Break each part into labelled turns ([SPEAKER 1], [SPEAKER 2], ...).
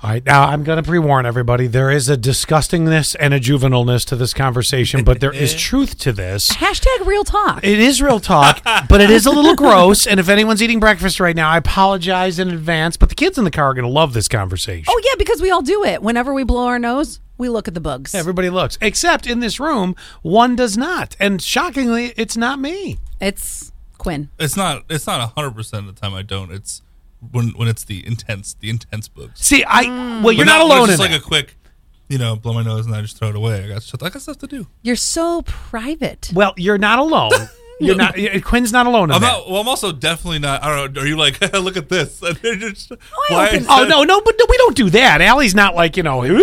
[SPEAKER 1] All right, now I'm going to pre-warn everybody. There is a disgustingness and a juvenileness to this conversation, but there is truth to this.
[SPEAKER 2] Hashtag real talk.
[SPEAKER 1] It is real talk, but it is a little gross. And if anyone's eating breakfast right now, I apologize in advance. But the kids in the car are going to love this conversation.
[SPEAKER 2] oh yeah, because we all do it. Whenever we blow our nose, we look at the bugs.
[SPEAKER 1] Everybody looks, except in this room, one does not. And shockingly, it's not me.
[SPEAKER 2] It's Quinn.
[SPEAKER 3] It's not. It's not hundred percent of the time I don't. It's when when it's the intense the intense books.
[SPEAKER 1] See, I well, you're
[SPEAKER 3] Mm. But
[SPEAKER 1] not,
[SPEAKER 3] when
[SPEAKER 1] alone
[SPEAKER 3] It's
[SPEAKER 1] in
[SPEAKER 3] just like
[SPEAKER 1] that.
[SPEAKER 3] a quick, you know, blow my nose and I just throw it away. I got stuff. I got stuff to do.
[SPEAKER 2] You're so private.
[SPEAKER 1] well, you're not alone. You're not. y- Quinn's not alone in
[SPEAKER 3] I'm
[SPEAKER 1] that.
[SPEAKER 3] not. Well, I'm also definitely not. I don't know. Are you like? look at this. And they're just,
[SPEAKER 2] I
[SPEAKER 3] why-
[SPEAKER 2] open-
[SPEAKER 1] Oh no, no, but no, we don't do that. Allie's not like you know. "Ooh, look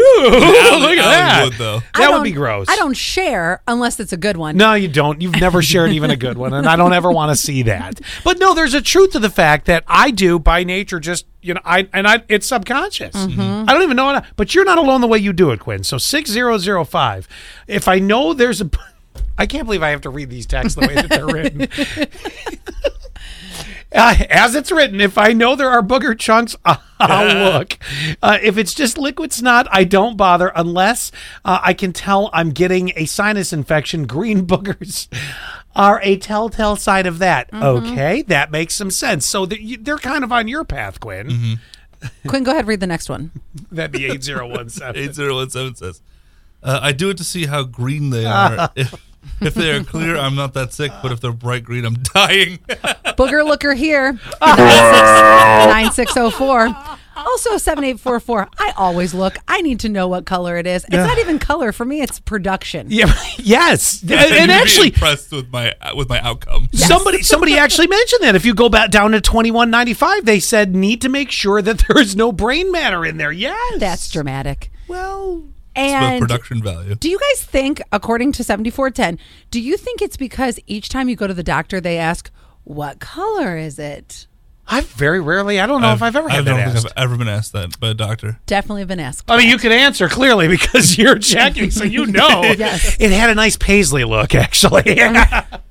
[SPEAKER 1] at that.
[SPEAKER 3] would, though.
[SPEAKER 2] I
[SPEAKER 1] That would
[SPEAKER 2] don't-
[SPEAKER 1] be gross.
[SPEAKER 2] I don't share unless it's a good one.
[SPEAKER 1] No, you don't. You've never shared even a good one, and I don't ever want to see that. But no, there's a truth to the fact that I do by nature. Just you know, I and I it's subconscious.
[SPEAKER 2] Mm-hmm.
[SPEAKER 1] I don't even know. What I, but you're not alone the way you do it, Quinn. So six zero zero five. If I know there's a, I can't believe I have to read these texts the way that they're written. Uh, as it's written, if I know there are booger chunks, I'll look. Uh, if it's just liquid snot, I don't bother unless uh, I can tell I'm getting a sinus infection. Green boogers are a telltale sign of that. Okay, that makes some sense. So they're, you- they're kind of on your path, Quinn.
[SPEAKER 2] Quinn, go ahead read the next one.
[SPEAKER 1] That'd be 8017.
[SPEAKER 3] 8017 says, uh, I do it to see how green they are. if, if they are clear, I'm not that sick, but if they're bright green, I'm dying.
[SPEAKER 2] Booger looker here. Nine six zero four. Also seven eight four four. I always look. I need to know what color it is. It's not even color for me. It's production.
[SPEAKER 1] yeah, yes. And,
[SPEAKER 3] You'd
[SPEAKER 1] and
[SPEAKER 3] be
[SPEAKER 1] actually,
[SPEAKER 3] impressed with my with my outcome.
[SPEAKER 1] Somebody somebody actually mentioned that. If you go back down to twenty one ninety five, they said need to make sure that there is no brain matter in there. Yes,
[SPEAKER 2] That's dramatic.
[SPEAKER 1] well.
[SPEAKER 3] But
[SPEAKER 2] And
[SPEAKER 3] production value.
[SPEAKER 2] do you guys think, according to seventy four ten, do you think it's because each time you go to the doctor, they ask what color is it?
[SPEAKER 1] I very rarely. I don't know if I've ever had
[SPEAKER 3] I don't
[SPEAKER 1] that
[SPEAKER 3] think
[SPEAKER 1] asked.
[SPEAKER 3] I've ever been asked that by a doctor.
[SPEAKER 2] Definitely have been asked.
[SPEAKER 1] I mean, you could answer clearly because you're checking, so you know.
[SPEAKER 2] Yes.
[SPEAKER 1] It had a nice paisley look, actually.